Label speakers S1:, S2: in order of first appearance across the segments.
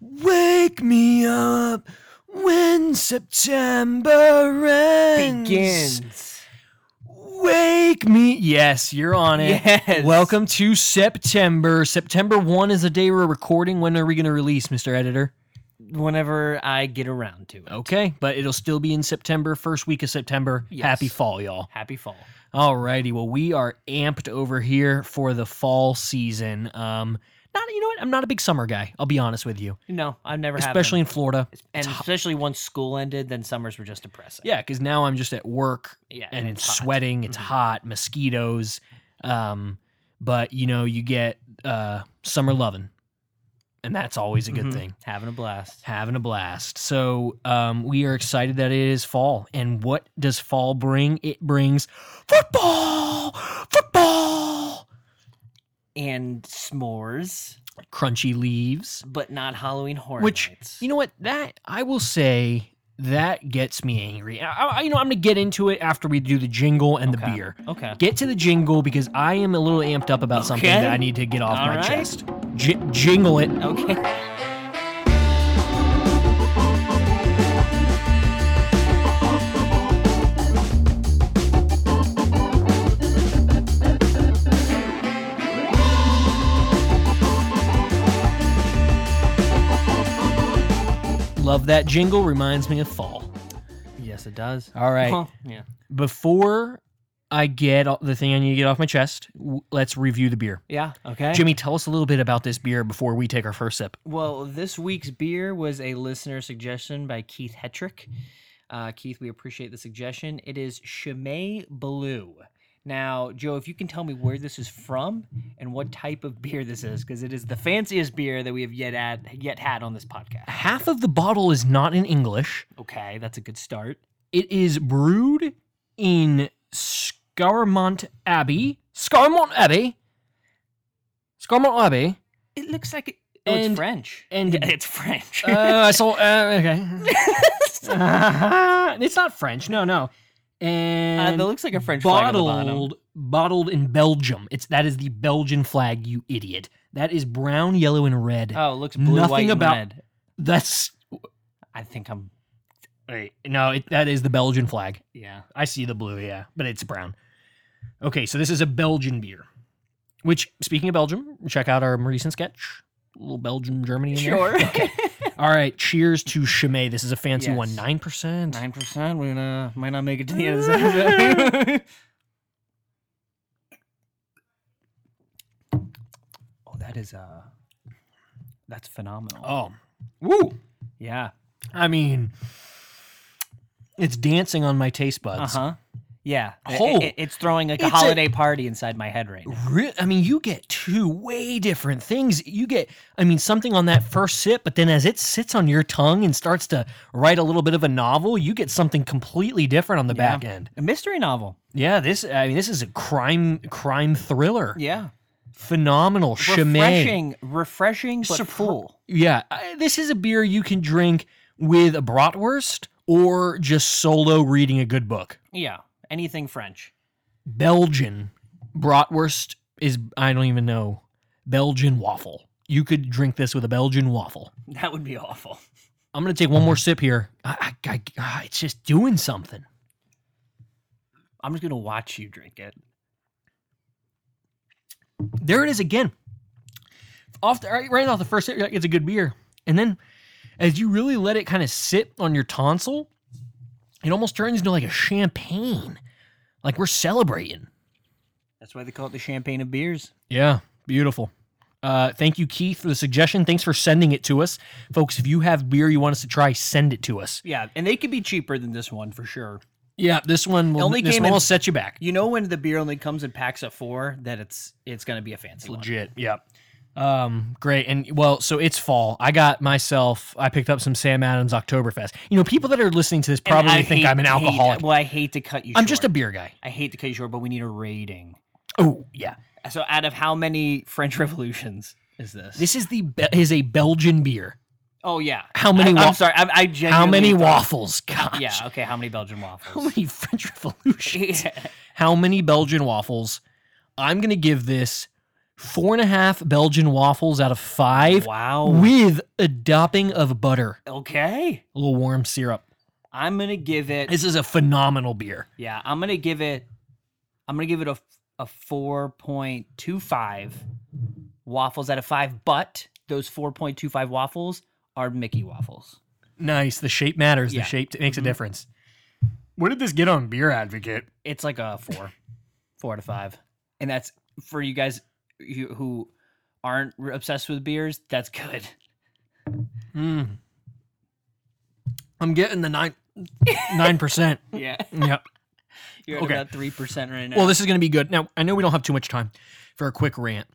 S1: Wake me up when September ends.
S2: begins.
S1: Wake me. Yes, you're on it.
S2: Yes.
S1: Welcome to September. September 1 is the day we're recording. When are we going to release, Mr. Editor?
S2: Whenever I get around to it.
S1: Okay, but it'll still be in September, first week of September.
S2: Yes.
S1: Happy fall, y'all.
S2: Happy fall.
S1: Alrighty, well, we are amped over here for the fall season. Um, not you know what? I'm not a big summer guy. I'll be honest with you,
S2: No, I've never had
S1: especially in
S2: them.
S1: Florida.
S2: and especially once school ended, then summers were just depressing.
S1: Yeah, because now I'm just at work
S2: yeah,
S1: and, it's,
S2: hot.
S1: sweating, it's
S2: Mhm.
S1: hot, mosquitoes. Um, but you know, you get uh, summer loving, and that's always a good
S2: Mhm.
S1: thing.
S2: Having a blast.
S1: Having a blast. So um, we are excited that it is fall. And what does fall bring? It brings football, football,
S2: And s'mores,
S1: crunchy leaves.
S2: but not Halloween horror
S1: Which,
S2: nights.
S1: You know what? That I will say that gets me angry. I, I- you know, I'm gonna get into it after we do the jingle and the
S2: Okay.
S1: beer.
S2: okay.
S1: Get to the jingle because I am a little amped up about something
S2: Okay.
S1: that I need to get off
S2: All
S1: my
S2: right.
S1: chest. J- jingle it.
S2: Okay.
S1: Love that jingle. Reminds me of fall.
S2: Yes, it does.
S1: All right.
S2: Well, yeah.
S1: Before I get all- the thing I need to get off my chest, w- let's review the beer.
S2: Yeah. Okay.
S1: Jimmy, tell us a little bit about this beer before we take our first sip.
S2: Well, this week's beer was a listener suggestion by Keith Hetrick. Uh, Keith, we appreciate the suggestion. It is Chimay Blue. Now, Joe, if you can tell me where this is from and what type of beer this is, because it is the fanciest beer that we have yet had, yet had on this podcast.
S1: Half of the bottle is not in English.
S2: Okay, that's a good start.
S1: It is brewed in Scarmont Abbey. Scarmont Abbey. Scarmont Abbey.
S2: It looks like Oh, it, oh,
S1: And-
S2: it's French.
S1: and-
S2: Yeah, it's French.
S1: Uh, I saw. Uh, okay. Uh, it's not French. No, no.
S2: Uh,
S1: And
S2: that looks like a French flag on the bottom.
S1: bottled, bottled in Belgium. It's that is the Belgian flag. You idiot. That is brown, yellow, and red.
S2: Oh, it looks blue,
S1: Nothing
S2: white,
S1: about-
S2: and red.
S1: That's
S2: I think I'm.
S1: wait. No, it, that is the Belgian flag.
S2: Yeah.
S1: I see the blue, yeah, but it's brown. Okay, so this is a Belgian beer. Which, speaking of Belgium, check out our recent sketch. A little Belgium, Germany in there. Okay. All right, cheers to Chimay. This is a fancy
S2: Yes.
S1: one. 9%.
S2: Nine percent. We uh, might not make it to the end of the episode. oh, that is uh, that's phenomenal.
S1: Oh. Woo!
S2: yeah.
S1: I mean, it's dancing on my taste
S2: Uh
S1: buds.
S2: huh. Yeah. I-
S1: Oh.
S2: I- it's throwing like a
S1: It's a-
S2: holiday party inside my head right now.
S1: Re- I mean, you get two way different things. You get, I mean, something on that first sip, but then as it sits on your tongue and starts to write a little bit of a novel, you get something completely different on the
S2: Yeah.
S1: back end.
S2: A mystery novel.
S1: Yeah, this I mean this is a crime crime thriller.
S2: Yeah.
S1: Phenomenal Chimay.
S2: Refreshing. Refreshing, but
S1: Surpri-
S2: full.
S1: Yeah, I- this is a beer you can drink with a bratwurst or just solo reading a good book.
S2: Yeah. Anything French.
S1: Belgian bratwurst is I don't even know. Belgian waffle. You could drink this with a Belgian waffle.
S2: That would be awful.
S1: I'm gonna take one more sip here. I, I, I, ah, it's just doing something.
S2: I'm just gonna watch you drink it.
S1: there it is again. Off the, right, right off the first hit, you're like, it's a good beer, and then as you really let it kind of sit on your tonsil, it almost turns into like a champagne, like we're celebrating.
S2: That's why they call it the champagne of beers.
S1: Yeah, beautiful. Uh, thank you, Keith, for the suggestion. Thanks for sending it to us, folks. If you have beer you want us to try, send it to us.
S2: Yeah, and they could be cheaper than this one for sure.
S1: Yeah, this one will,
S2: Only
S1: this
S2: came
S1: one
S2: in-
S1: will set you back.
S2: You know when the beer only comes in packs of four that it's it's gonna be a fancy one.
S1: legit. Yeah. Um, great. And well, so it's fall. I got myself, I picked up some Sam Adams Oktoberfest. You know, people that are listening to this
S2: And
S1: probably
S2: I
S1: think
S2: hate-
S1: I'm an
S2: hate-
S1: alcoholic.
S2: well, I hate to cut you.
S1: I'm just a
S2: short.
S1: beer guy.
S2: I hate to cut you short, but we need a rating.
S1: Oh, yeah.
S2: So, out of how many French revolutions is this?
S1: This is the be- is a Belgian beer.
S2: oh yeah.
S1: How many
S2: I,
S1: wa-
S2: am sorry. I, I
S1: How
S2: genuinely.
S1: many waffles? Gosh.
S2: Yeah. Okay. How many Belgian
S1: How
S2: waffles?
S1: many French Revolution?
S2: yeah.
S1: How many Belgian waffles? I'm going to give this four and a half Belgian waffles out of five
S2: Wow.
S1: with a dopping of butter,
S2: okay.
S1: a little warm syrup.
S2: I'm gonna give it.
S1: This is a phenomenal beer.
S2: Yeah, I'm gonna give it. I'm gonna give it a a four point two five waffles out of five. But those four point two five waffles are Mickey waffles.
S1: Nice. The shape matters.
S2: Yeah.
S1: The shape makes
S2: Mhm.
S1: a difference. What did this get on Beer Advocate?
S2: It's like a four, four out of five, and that's for you guys who, who aren't r- obsessed with beers. That's good.
S1: Mm. I'm getting the nine nine percent.
S2: Yeah,
S1: Yep.
S2: you're at
S1: Okay.
S2: about three percent right now.
S1: Well, this is going to be good. Now, I know we don't have too much time for a quick rant,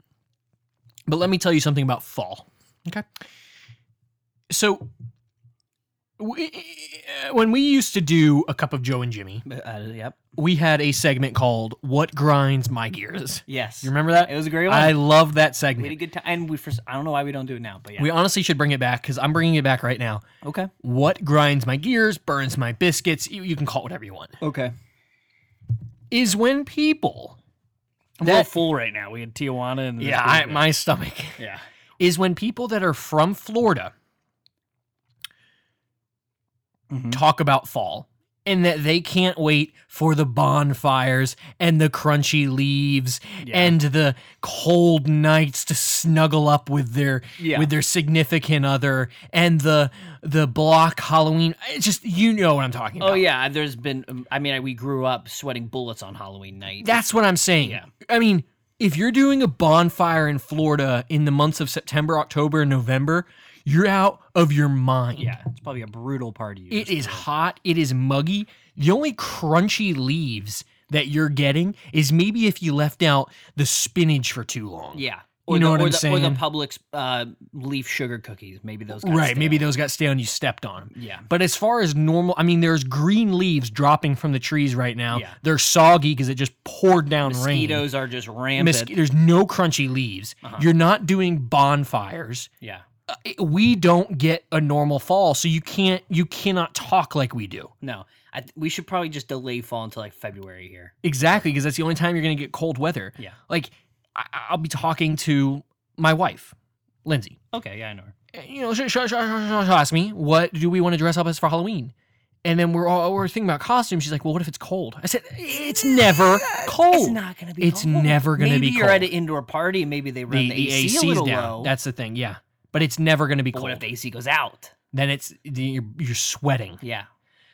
S1: but let me tell you something about fall. Okay. So, we, when we used to do a cup of Joe and Jimmy,
S2: Uh, yep.
S1: we had a segment called "What Grinds My Gears."
S2: Yes.
S1: You remember that?
S2: It was a great one.
S1: I love that
S2: we had a
S1: segment.
S2: good time, and we first. I don't know why we don't do it now, but yeah.
S1: We honestly should bring it back because I'm bringing it back right now.
S2: okay.
S1: What grinds my gears, burns my biscuits, you, you can call it whatever you want,
S2: Okay.
S1: is when people.
S2: I'm a
S1: That-
S2: little full right now. We had Tijuana and
S1: Yeah, I, my stomach.
S2: yeah.
S1: Is when people that are from Florida
S2: Mhm.
S1: talk about fall and that they can't wait for the bonfires and the crunchy leaves
S2: Yeah.
S1: and the cold nights to snuggle up with their
S2: Yeah.
S1: with their significant other and the the block Halloween. It's just you know what I'm talking about.
S2: Oh yeah, there's been. um, I mean, I- we grew up sweating bullets on Halloween night.
S1: That's what I'm saying.
S2: Yeah.
S1: I mean, if you're doing a bonfire in Florida in the months of September, October, and November, you're out of your mind.
S2: yeah, it's probably a brutal party. you
S1: It
S2: just
S1: is
S2: threw.
S1: hot. It is muggy. The only crunchy leaves that you're getting is maybe if you left out the spinach for too long.
S2: Yeah.
S1: know
S2: the,
S1: what
S2: or
S1: I'm
S2: the, Or the
S1: saying?
S2: Publix uh, leaf sugar cookies. Maybe those. Got
S1: Right. Maybe
S2: stale.
S1: those got stale and you stepped on them.
S2: Yeah.
S1: But as far as normal, I mean, there's green leaves dropping from the trees right now.
S2: Yeah.
S1: They're soggy because it just poured down rain.
S2: Mosquitoes are just rampant.
S1: Mosqui- there's no crunchy leaves.
S2: Uh-huh.
S1: You're not doing bonfires.
S2: yeah.
S1: Uh, it- we don't get a normal fall, so you can't you cannot talk like we do.
S2: No, I, th- we should probably just delay fall until like February here.
S1: Exactly, because that's the only time you're going to get cold weather.
S2: Yeah.
S1: Like I, I'll be talking to my wife, Lindsay.
S2: Okay. Yeah, I know. her.
S1: Uh, You know, she, she, she, she, she asked me, "What do we want to dress up as for Halloween?" And then we're all we're thinking about costumes. She's like, "Well, what if it's cold?" I said, "It's never cold."
S2: It's not gonna be.
S1: Oh, It's
S2: cold.
S1: never gonna
S2: maybe
S1: be
S2: you're at an
S1: cold.
S2: indoor party. and Maybe they run
S1: the,
S2: the,
S1: the
S2: AC a
S1: AC's
S2: little
S1: down.
S2: low.
S1: That's the thing. Yeah, but it's never going to be
S2: but
S1: cold.
S2: what if the AC goes out?
S1: then it's you're, you're sweating.
S2: Yeah.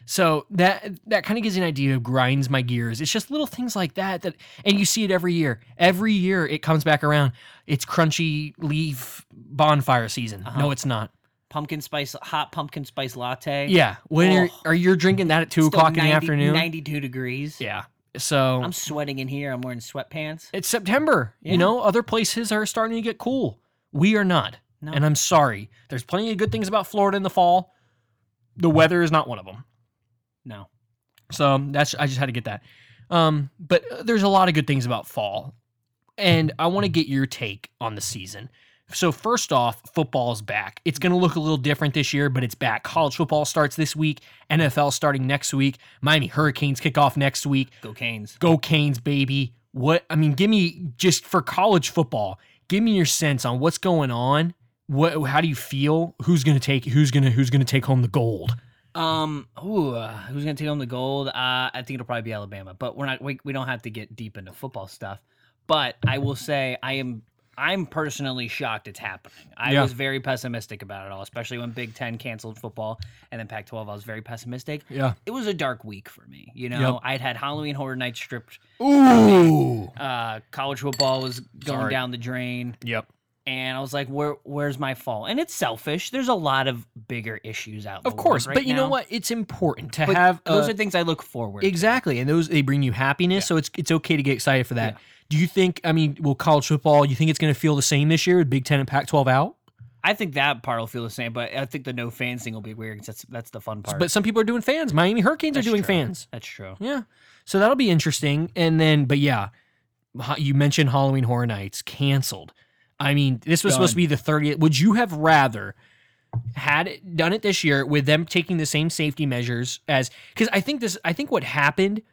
S1: So that that kind of gives you an idea of grinds my gears. It's just little things like that that and you see it every year. Every year it comes back around. It's crunchy leaf bonfire season.
S2: Uh-huh.
S1: No, it's not.
S2: Pumpkin spice, hot pumpkin spice latte.
S1: Yeah. When you're,
S2: Ugh.
S1: are you drinking that at two
S2: Still
S1: o'clock in
S2: 90
S1: the afternoon?
S2: 92 degrees.
S1: Yeah. So
S2: I'm sweating in here. I'm wearing sweatpants.
S1: it's September.
S2: Yeah.
S1: You know, other places are starting to get cool. We are not.
S2: No.
S1: And I'm sorry. There's plenty of good things about Florida in the fall. The weather is not one of them.
S2: No.
S1: So that's I just had to get that. Um, but uh, there's a lot of good things about fall, and I want to get your take on the season. So first off, football's back. It's going to look a little different this year, but it's back. College football starts this week. NFL starting next week. Miami Hurricanes kick off next week.
S2: Go Canes.
S1: Go Canes, baby! What I mean, give me just for college football. Give me your sense on what's going on. What? How do you feel? Who's going to take? Who's going to? Who's going to take home the gold?
S2: Um, ooh, uh, who's gonna take home the gold? Uh, I think it'll probably be Alabama, but we're not. We, we don't have to get deep into football stuff. But I will say, I am. I'm personally shocked it's happening. I
S1: Yeah.
S2: was very pessimistic about it all, especially when Big Ten canceled football and then Pac-12. I was very pessimistic.
S1: Yeah.
S2: It was a dark week for me. You know, I'd had Halloween Horror Nights stripped.
S1: Ooh.
S2: Uh, college football was going
S1: Sorry.
S2: down the drain.
S1: Yep.
S2: and I was like, "Where, where's my fault?" And it's selfish. There's a lot of bigger issues out. in
S1: Of
S2: the world
S1: course,
S2: right
S1: but you know
S2: now.
S1: what? It's important to
S2: But
S1: have
S2: those
S1: uh,
S2: are things I look forward. to.
S1: exactly, and those they bring you happiness. So it's it's okay to get excited for that. Do you think? I mean, will college football? You think it's going to feel the same this year with Big Ten and Pac-12 out?
S2: I think that part will feel the same, but I think the no fans thing will be weird because that's that's the fun part.
S1: But some people are doing fans. Miami Hurricanes
S2: That's
S1: are doing
S2: true.
S1: fans.
S2: that's true.
S1: Yeah, so that'll be interesting. And then, but yeah, ho- you mentioned Halloween Horror Nights canceled. I mean, this was supposed to
S2: Done.
S1: be the 30th. Would you have rather had it, done it this year with them taking the same safety measures as because I think this I think what happened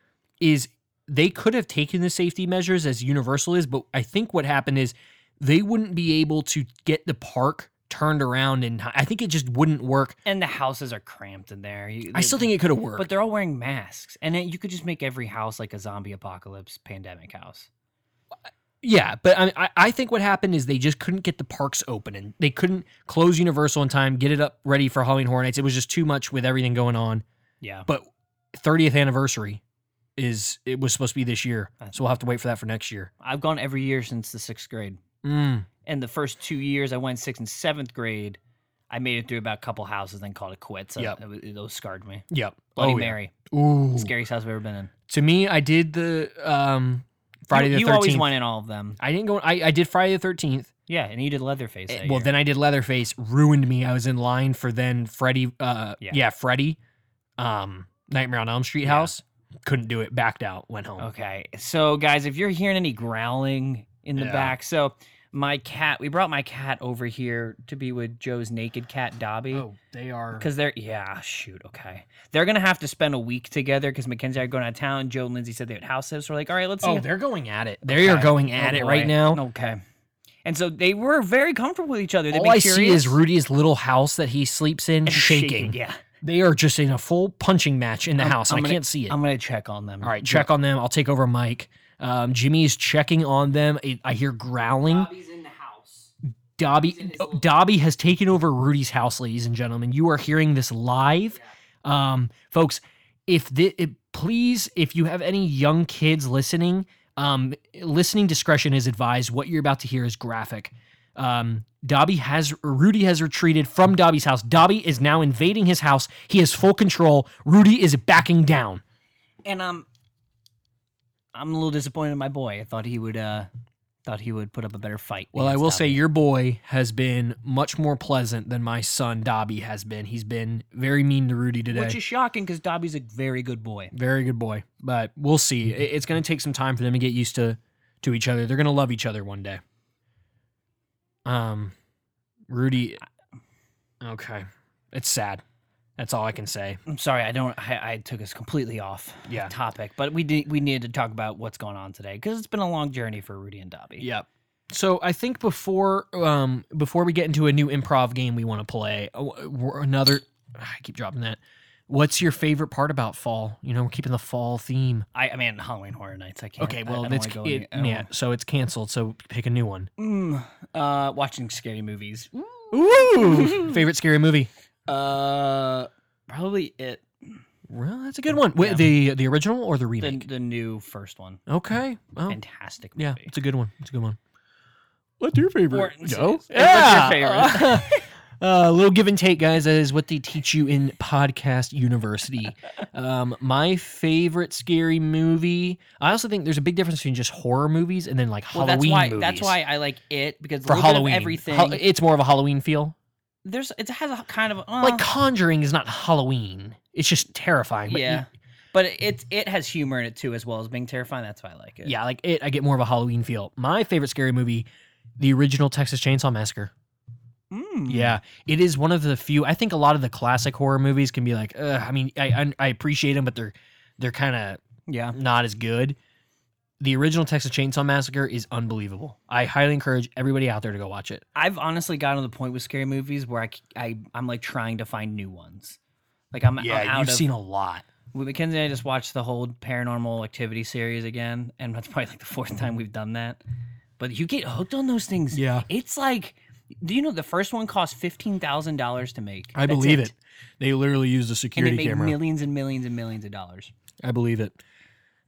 S1: is they could have taken the safety measures as universal is, but I think what happened is they wouldn't be able to get the park turned around in time. I think it just wouldn't work.
S2: and the houses are cramped in there. You-
S1: I
S2: they-
S1: still think it could have worked.
S2: but they're all wearing masks, and then you could just make every house like a zombie apocalypse pandemic house.
S1: Yeah, but I, I I think what happened is they just couldn't get the parks open and they couldn't close Universal in time, get it up ready for Halloween Horror Nights. It was just too much with everything going on.
S2: Yeah,
S1: But 30th anniversary is it was supposed to be this year,
S2: That's-
S1: so we'll have to wait for that for next year.
S2: I've gone every year since the sixth grade,
S1: Mm.
S2: and the first two years I went sixth and seventh grade. I made it through about a couple houses, then called it quits.
S1: Yep.
S2: It, wa- it, those scared me.
S1: Yep.
S2: Bloody
S1: oh, yeah.
S2: Mary,
S1: Ooh.
S2: scariest house I've ever been in.
S1: To me, I did the um Friday
S2: you,
S1: the
S2: you
S1: 13th.
S2: always went in all of them.
S1: I didn't go. I, I did Friday the 13th.
S2: Yeah, and you did Leatherface.
S1: Eh,
S2: that
S1: well,
S2: year.
S1: then I did Leatherface. Ruined me. I was in line for then Freddy. Uh, yeah.
S2: Yeah.
S1: Freddy. Um, Nightmare on Elm Street
S2: Yeah.
S1: house. Couldn't do it. Backed out. Went home.
S2: Okay. So, guys, if you're hearing any growling in the
S1: Yeah.
S2: back, so my cat, we brought my cat over here to be with Joe's naked cat, Dobby.
S1: Oh, they are.
S2: Because they're, yeah, shoot, okay. They're going to have to spend a week together because Mackenzie and I are going out of town. Joe and Lindsay said they would house sit. So we're like, all right, let's see.
S1: Oh,
S2: if-
S1: they're going at it. They are
S2: Okay.
S1: going at
S2: Oh,
S1: it right
S2: boy.
S1: now.
S2: Okay. And so they were very comfortable with each other. They'd
S1: All
S2: be
S1: I see
S2: curious
S1: is Rudy's little house that he sleeps in
S2: and
S1: shaking.
S2: Yeah.
S1: They are just in a full punching match in the house. and
S2: I'm
S1: I
S2: gonna-
S1: can't see it.
S2: I'm going to check on them.
S1: All right, check on them. I'll take over Mike. Um, Jimmy's checking on them. I, I hear growling.
S2: Dobby's in the house.
S1: Dobby oh, Dobby has taken over Rudy's house, ladies and gentlemen. You are hearing this live, um, folks. If the it, please, if you have any young kids listening, um, listening discretion is advised. What you're about to hear is graphic. Um, Dobby has Rudy has retreated from Dobby's house. Dobby is now invading his house. He has full control. Rudy is backing down.
S2: and um I'm a little disappointed in my boy. I thought he would uh thought he would put up a better fight.
S1: Well, I
S2: against
S1: will say
S2: Dobby.
S1: your boy has been much more pleasant than my son Dobby has been. He's been very mean to Rudy today.
S2: which is shocking because Dobby's a very good boy.
S1: Very good boy. But we'll
S2: Mm-hmm.
S1: see. I- It's going to take some time for them to get used to to each other. They're going to love each other one day. Um Rudy Okay. It's sad. That's all I can say.
S2: I'm sorry, I don't. I, I took us completely off
S1: Yeah.
S2: topic, but we did. We needed to talk about what's going on today because it's been a long journey for Rudy and Dobby.
S1: Yep. So I think before um before we get into a new improv game we want to play, uh, w- another I keep dropping that. What's your favorite part about fall? You know, we're keeping the fall theme.
S2: I, I mean Halloween Horror Nights. I can't.
S1: Okay,
S2: I-
S1: well,
S2: I,
S1: that's
S2: do
S1: it, yeah, so it's canceled. So pick a new one.
S2: Mm, uh, watching scary movies.
S1: Ooh, favorite scary movie.
S2: Uh, probably it.
S1: Well, that's a good one. Wait,
S2: Yeah.
S1: The the original or the
S2: The,
S1: remake?
S2: the new first one.
S1: okay. Oh,
S2: Fantastic movie.
S1: yeah, it's a good one. It's a good one. What's your favorite?
S2: Or-
S1: Joe?
S2: What's your favorite?
S1: Uh, A little give and take, guys. That is what they teach you in podcast university. Um, my favorite scary movie. I also think there's a big difference between just horror movies and then like
S2: Well,
S1: Halloween
S2: that's why
S1: movies.
S2: that's why I like it because
S1: for Halloween,
S2: everything
S1: Hal- it's more of a Halloween feel.
S2: there's it has a kind of uh,
S1: like Conjuring is not Halloween. It's just terrifying. But
S2: yeah, but it's it has humor in it too as well as being terrifying. That's why I like it.
S1: Yeah, like it, I get more of a Halloween feel. My favorite scary movie, the original Texas Chainsaw Massacre.
S2: Mm.
S1: Yeah, it is one of the few. I think a lot of the classic horror movies can be like, Ugh, I mean, I, I I appreciate them, but they're they're kind
S2: yeah.
S1: of not as good. The original Texas Chainsaw Massacre is unbelievable. I highly encourage everybody out there to go watch it.
S2: I've honestly gotten to the point with scary movies where I c- I am like trying to find new ones. Like I'm, I'm out
S1: you've
S2: of
S1: seen a lot.
S2: Well, Mackenzie and I just watched the whole Paranormal Activity series again, and that's probably like the
S1: Mm-hmm.
S2: fourth time we've done that. But you get hooked on those things.
S1: Yeah.
S2: It's like, do you know the first one cost fifteen thousand dollars to make?
S1: I
S2: That's
S1: believe it. They literally used a
S2: And it
S1: security
S2: made
S1: camera.
S2: millions and millions and millions of dollars.
S1: I believe it.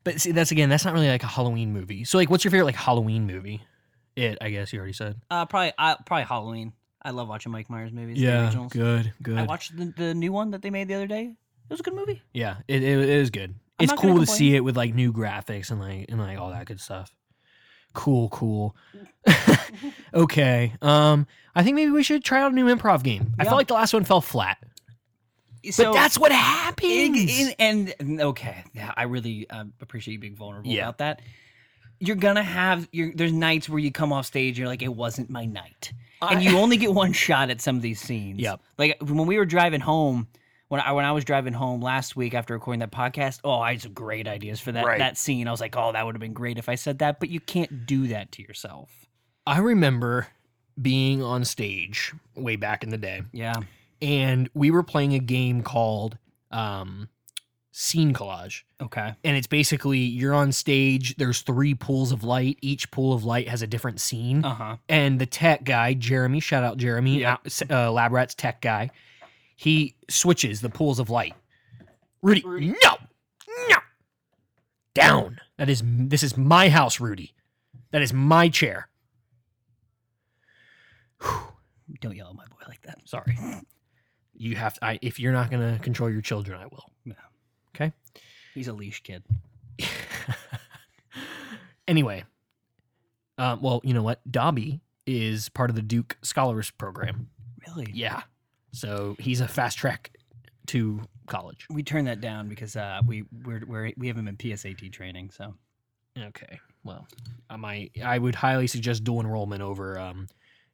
S1: But see, that's again, that's not really like a Halloween movie. So, like, what's your favorite like Halloween movie? It, I guess you already said.
S2: Uh, probably, uh, probably Halloween. I love watching Mike Myers movies. the originals.
S1: good, good.
S2: I watched the, the new one that they made the other day. It was a good movie.
S1: Yeah, it, it, it is good.
S2: I'm
S1: it's
S2: not gonna
S1: cool to see it with like new graphics and like and like all that good stuff. Cool, cool. okay. Um, I think maybe we should try out a new improv game. I
S2: Yeah.
S1: felt like the last one fell flat,
S2: So
S1: but that's what happens.
S2: Ig- in- and okay, yeah, I really um, appreciate you being vulnerable
S1: Yeah.
S2: about that. You're gonna have your there's nights where you come off stage, you're like, it wasn't my night,
S1: I-
S2: and you only get one shot at some of these scenes.
S1: Yep.
S2: Like when we were driving home, when I when I was driving home last week after recording that podcast, oh, I had some great ideas for that
S1: Right.
S2: that scene. I was like, oh, that would have been great if I said that, but you can't do that to yourself.
S1: I remember being on stage way back in the day,
S2: Yeah.
S1: and we were playing a game called um, Scene Collage.
S2: Okay.
S1: And it's basically you're on stage, there's three pools of light. Each pool of light has a different scene.
S2: Uh huh.
S1: and the tech guy, Jeremy, shout out Jeremy,
S2: Yeah.
S1: uh, Lab Rats tech guy, he switches the pools of light. Rudy,
S2: Rudy.
S1: no, no, down. That is this is my house, Rudy. That is my chair.
S2: Don't yell at my boy like that.
S1: Sorry, you have to. I, if you're not gonna control your children, I will.
S2: He's a leash kid.
S1: anyway, um, well, you know what? Dobby is part of the Duke Scholars Program.
S2: Really?
S1: Yeah, so he's a fast track to college.
S2: We turned that down because uh, we we're, we're we haven't been PSAT training. So
S1: Okay. Well, I might. I would highly suggest dual enrollment over um,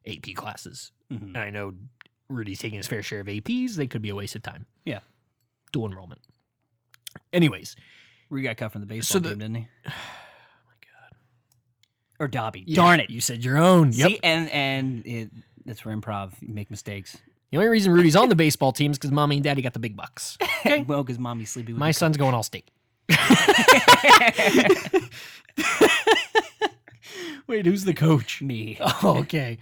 S1: AP classes.
S2: Mhm.
S1: And I know Rudy's taking his fair share of APs. They could be a waste of time.
S2: Yeah.
S1: Dual enrollment. Anyways,
S2: Rudy got cut from the
S1: So
S2: baseball
S1: the- Oh
S2: team, didn't he? Or Dobby.
S1: Yeah,
S2: Darn it.
S1: You said your own. Yep.
S2: See, and and it, that's where improv you make mistakes.
S1: the only reason Rudy's on the baseball team is because mommy and daddy got the big bucks. Okay.
S2: well, because mommy's sleepy. With
S1: My son's going all state.
S2: the-
S1: Wait, who's the coach?
S2: me.
S1: Oh, okay.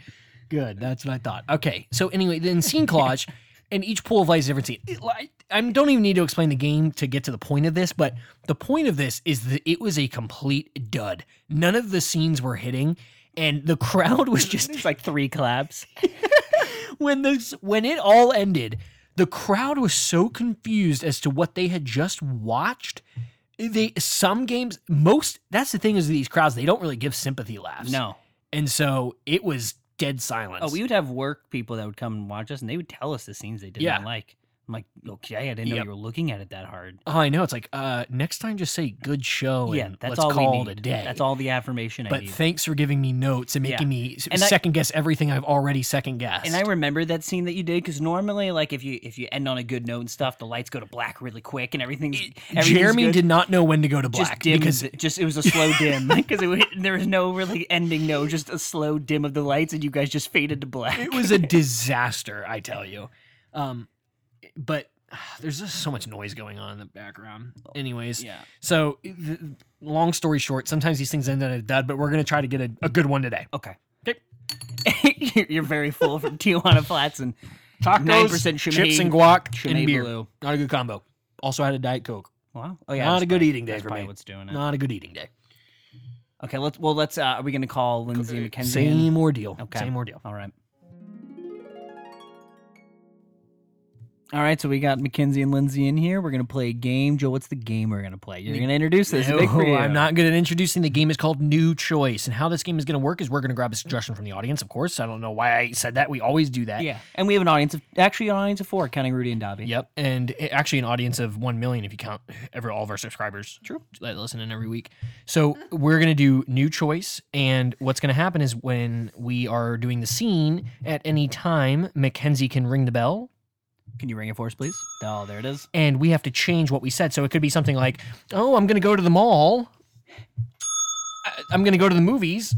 S1: Good. That's what I thought. Okay. So anyway, then scene collage, and each pool of light is a different scene. It- I, I don't even need to explain the game to get to the point of this, but the point of this is that it was a complete dud. None of the scenes were hitting, and the crowd was just
S2: It's like three claps.
S1: when this when it all ended, the crowd was so confused as to what they had just watched. They some games most that's the thing is these crowds they don't really give sympathy laughs.
S2: No.
S1: And so it was dead silence.
S2: Oh, we would have work people that would come and watch us, and they would tell us the scenes they didn't
S1: Yeah.
S2: like. I'm like, okay, I didn't know
S1: Yep.
S2: you were looking at it that hard.
S1: Oh, I know. It's like uh, next time, just say "good show." Oh,
S2: yeah,
S1: and
S2: that's
S1: let's
S2: all
S1: call
S2: we
S1: it
S2: need.
S1: a day.
S2: That's all the affirmation I
S1: But
S2: need.
S1: thanks for giving me notes and
S2: Yeah.
S1: making me s-
S2: And I-
S1: second guess everything I've already second guessed.
S2: and I remember that scene that you did because normally, like, if you if you end on a good note and stuff, the lights go to black really quick, and everything's, everything's
S1: E, Jeremy
S2: good.
S1: did not know when to go to
S2: just
S1: black
S2: dim
S1: because
S2: the- just it was a slow dim because it wa- there was no really ending no just a slow dim of the lights and you guys just faded to black
S1: it was a disaster. I tell you. Um, but there's just so much noise going on in the background. Anyways,
S2: Oh, yeah
S1: so th- th- long story short, sometimes these things end in a dud, but we're gonna try to get a, a good one today.
S2: okay
S1: Okay.
S2: You're- you're very full from Tijuana Flats and nine percent
S1: Tacos, chips and guac
S2: Chimay
S1: and beer.
S2: Blue.
S1: Not a good combo. Also had a diet coke.
S2: Wow. Oh yeah.
S1: Not
S2: that's
S1: a good
S2: probably-
S1: eating day
S2: that's
S1: for
S2: probably
S1: me.
S2: What's doing it?
S1: Not a good eating day.
S2: Okay. Let's. Well, let's. Uh, are we gonna call Lindsay McKenzie? in?
S1: Same ordeal.
S2: Okay.
S1: Same ordeal.
S2: All right. All right, so we got Mackenzie and Lindsay in here. We're gonna play a game. Joe, what's the game we're gonna play? You're gonna introduce this. It's big for
S1: No,
S2: you.
S1: I'm not good at introducing. The game is called New Choice, and how this game is going to work is we're going to grab a suggestion from the audience. Of course, I don't know why I said that. We always do that.
S2: Yeah, and we have an audience of actually an audience of four, counting Rudy and Dobby.
S1: Yep, and i- actually an audience of one million if you count ever all of our subscribers.
S2: True.
S1: that listen in every week. So we're gonna do new choice, and what's gonna happen is when we are doing the scene at any time, Mackenzie can ring the bell,
S2: Can you ring it for us, please? Oh, there it is.
S1: and we have to change what we said. So it could be something like, "Oh, I'm gonna go to the mall. I- I'm gonna go to the movies.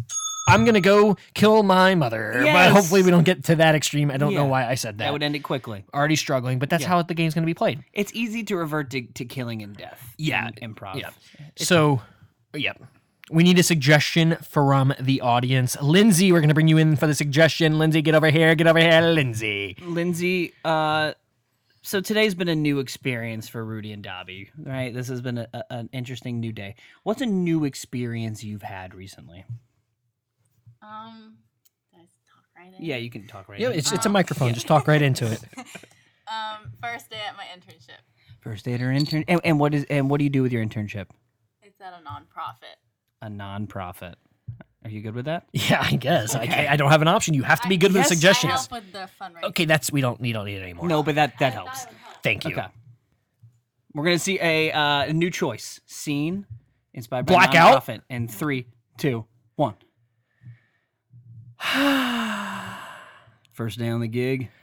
S1: I'm gonna go kill my mother." But
S2: Yes.
S1: hopefully, we don't get to that extreme. I don't know
S2: Yeah.
S1: why I said that.
S2: That would end it quickly.
S1: Already struggling, but that's
S2: Yeah.
S1: how the game's gonna be played.
S2: It's easy to revert to, to killing and death.
S1: Yeah,
S2: in improv.
S1: yeah. So, yep. We need a suggestion from the audience. Lindsay, we're going to bring you in for the suggestion. Lindsay, get over here. Get over here, Lindsay.
S2: Lindsay, uh, so today's been a new experience for Rudy and Dobby, right? This has been a, a- an interesting new day. What's a new experience you've had recently?
S3: Um, guys, talk right in.
S2: Yeah, you can talk right.
S1: Yeah,
S2: in.
S1: it's, it's a
S3: Um,
S1: microphone.
S3: yeah.
S1: Just talk right into it.
S3: Um, first day at my internship.
S2: first day at her intern. And, and what is and what do you do with your internship?
S3: It's at a nonprofit.
S2: A nonprofit. Are you good with that?
S1: Yeah, I guess. I-
S2: Okay.
S1: I, I don't have an option. You have to be
S3: I-
S1: good with
S2: yes, I
S3: I
S1: suggestions.
S3: help with the fundraising.
S1: Okay, that's, we don't need, don't need it anymore.
S2: No, but that that
S3: I thought
S2: helps.
S3: it would help.
S1: Thank you.
S2: Okay. We're gonna see a, uh, a new choice scene inspired by
S1: Blackout?
S2: nonprofit. In three, two, one. First day on the gig.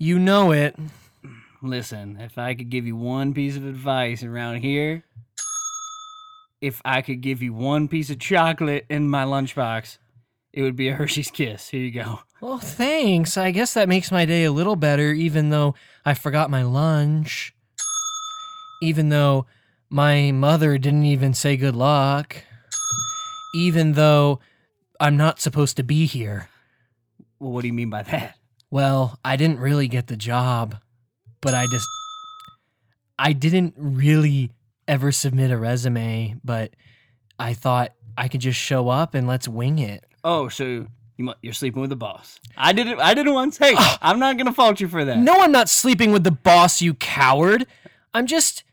S1: You know it.
S2: Listen, if I could give you one piece of advice around here, if I could give you one piece of chocolate in my lunchbox, It would be a Hershey's Kiss. Here you go.
S1: Well, thanks. I guess that makes my day a little better, even though I forgot my lunch. Even though my mother didn't even say good luck. Even though I'm not supposed to be here.
S2: Well, what do you mean by that?
S1: Well, I didn't really get the job, but I just. I didn't really ever submit a resume, but I thought I could just show up and let's wing it.
S2: Oh, so you mu- you're sleeping with the boss. I did it. I did it once. Hey, I'm not gonna fault you for that.
S1: No, I'm not sleeping with the boss, you coward. I'm just.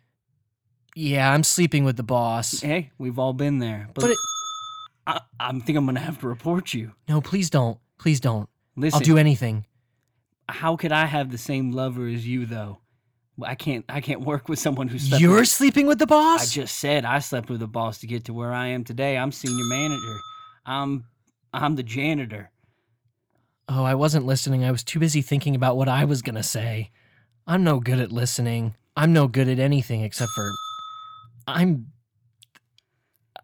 S1: Yeah, I'm sleeping with the boss.
S2: Hey, we've all been there. But,
S1: But it,
S2: I, I think I'm gonna have to report you.
S1: no, please don't. Please don't.
S2: Listen,
S1: I'll do anything.
S2: how could I have the same lover as you though? Well, I can't. I can't work with someone who slept.
S1: You're
S2: with-
S1: sleeping with the
S2: I
S1: boss?
S2: just said I slept with the boss to get to where I am today. I'm senior manager. I'm I'm the janitor.
S1: oh, I wasn't listening. I was too busy thinking about what I was going to say. I'm no good at listening. I'm no good at anything except for. I'm.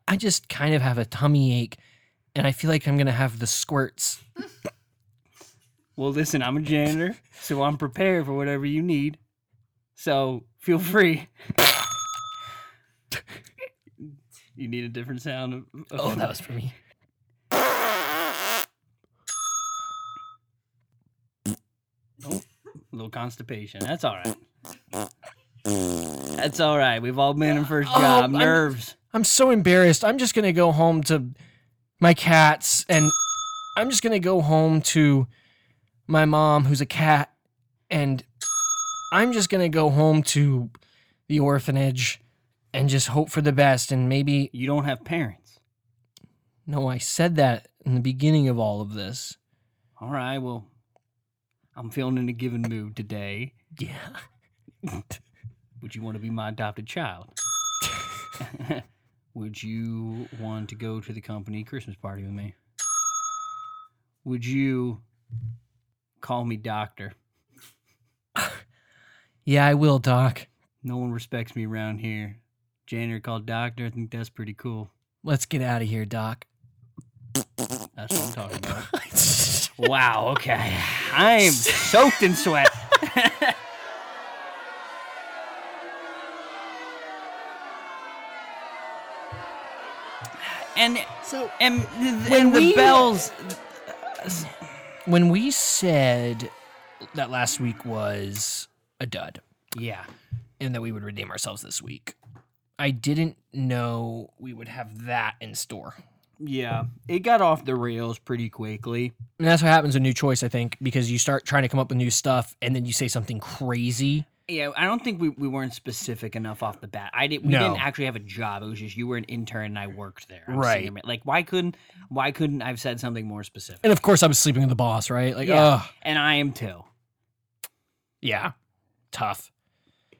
S1: I just kind of have a tummy ache, and I feel like I'm going to have the squirts.
S2: Well, listen, I'm a janitor, so I'm prepared for whatever you need. So feel free. you need a different sound. Of, of-
S1: Oh, that was for me.
S2: a little constipation. That's all right. That's all right. We've all been in first
S1: Oh,
S2: job.
S1: I'm-
S2: Nerves.
S1: I'm so embarrassed. I'm just going to go home to my cats and I'm just going to go home to my mom who's a cat and I'm just going to go home to the orphanage and just hope for the best and maybe
S2: You don't have parents.
S1: no I said that in the beginning of all of this.
S2: All right. Well, I'm feeling in a given mood today.
S1: Yeah.
S2: Would you want to be my adopted child? Would you want to go to the company Christmas party with me? Would you call me doctor?
S1: Yeah, I will, doc.
S2: No one respects me around here. Janitor called doctor. I think that's pretty cool.
S1: Let's get out of here, doc.
S2: That's what I'm talking about. wow. Okay. I am soaked in sweat. and
S1: so
S2: and, th-
S1: When
S2: and the
S1: we-
S2: bells
S1: when we said that last week was a dud,
S2: yeah
S1: and that we would redeem ourselves this week. I didn't know we would have that in store.
S2: yeah it got off the rails pretty quickly
S1: And that's what happens with new choice, I think, because you start trying to come up with new stuff and then you say something crazy.
S2: yeah i don't think we, we weren't specific enough off the bat i didn't we
S1: No.
S2: didn't actually have a job it was just you were an intern and i worked there I'm
S1: Right.
S2: senior ma- like why couldn't why couldn't i've said something more specific
S1: And of course, I was sleeping with the boss, right? Like,
S2: Yeah.
S1: ugh,
S2: and i am too
S1: yeah, tough.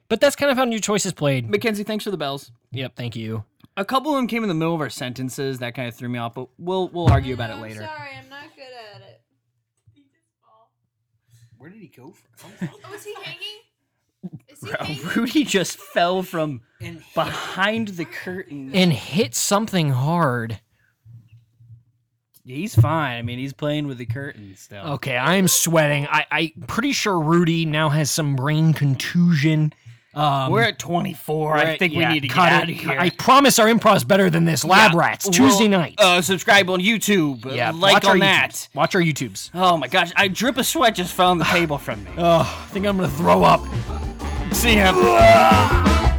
S1: But that's kind of how new choice is played.
S2: mackenzie thanks for the bells
S1: Yep, thank you.
S2: a couple of them came in the middle of our sentences that kind of threw me off but we'll we'll argue about it later
S3: I'm sorry, I'm not good at it.
S2: where did he go from
S3: Oh, is he hanging? Is he
S2: rudy just fell from behind the curtain
S1: And hit something hard.
S2: He's fine. I mean, he's playing with the curtain still.
S1: Okay, I'm sweating. I, I'm pretty sure Rudy now has some brain contusion. Um,
S2: We're at 24. I
S1: Right,
S2: think
S1: yeah,
S2: we need to get
S1: cut
S2: out
S1: it.
S2: of here.
S1: I promise our improv's better than this. Lab
S2: Yeah,
S1: Rats,
S2: well,
S1: Tuesday night.
S2: Uh, subscribe on YouTube. Yeah, like
S1: watch our
S2: on
S1: YouTubes.
S2: that.
S1: Watch our YouTubes.
S2: Oh my gosh, I drip of sweat just fell on the table from me.
S1: Oh, I think I'm gonna throw up.
S2: See ya.